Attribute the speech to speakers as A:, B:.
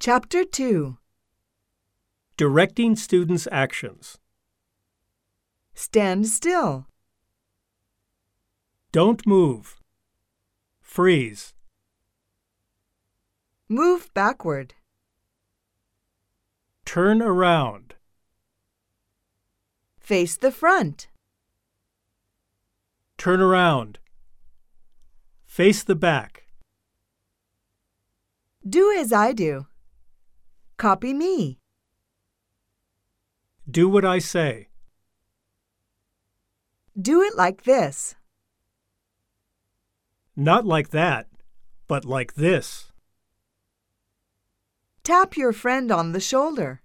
A: Chapter 2
B: Directing students' actions.
A: Stand still.
B: Don't move. Freeze.
A: Move backward.
B: Turn around.
A: Face the front.
B: Turn around. Face the back.
A: Do as I do. Copy me.
B: Do what I say.
A: Do it like this.
B: Not like that, but like this.
A: Tap your friend on the shoulder.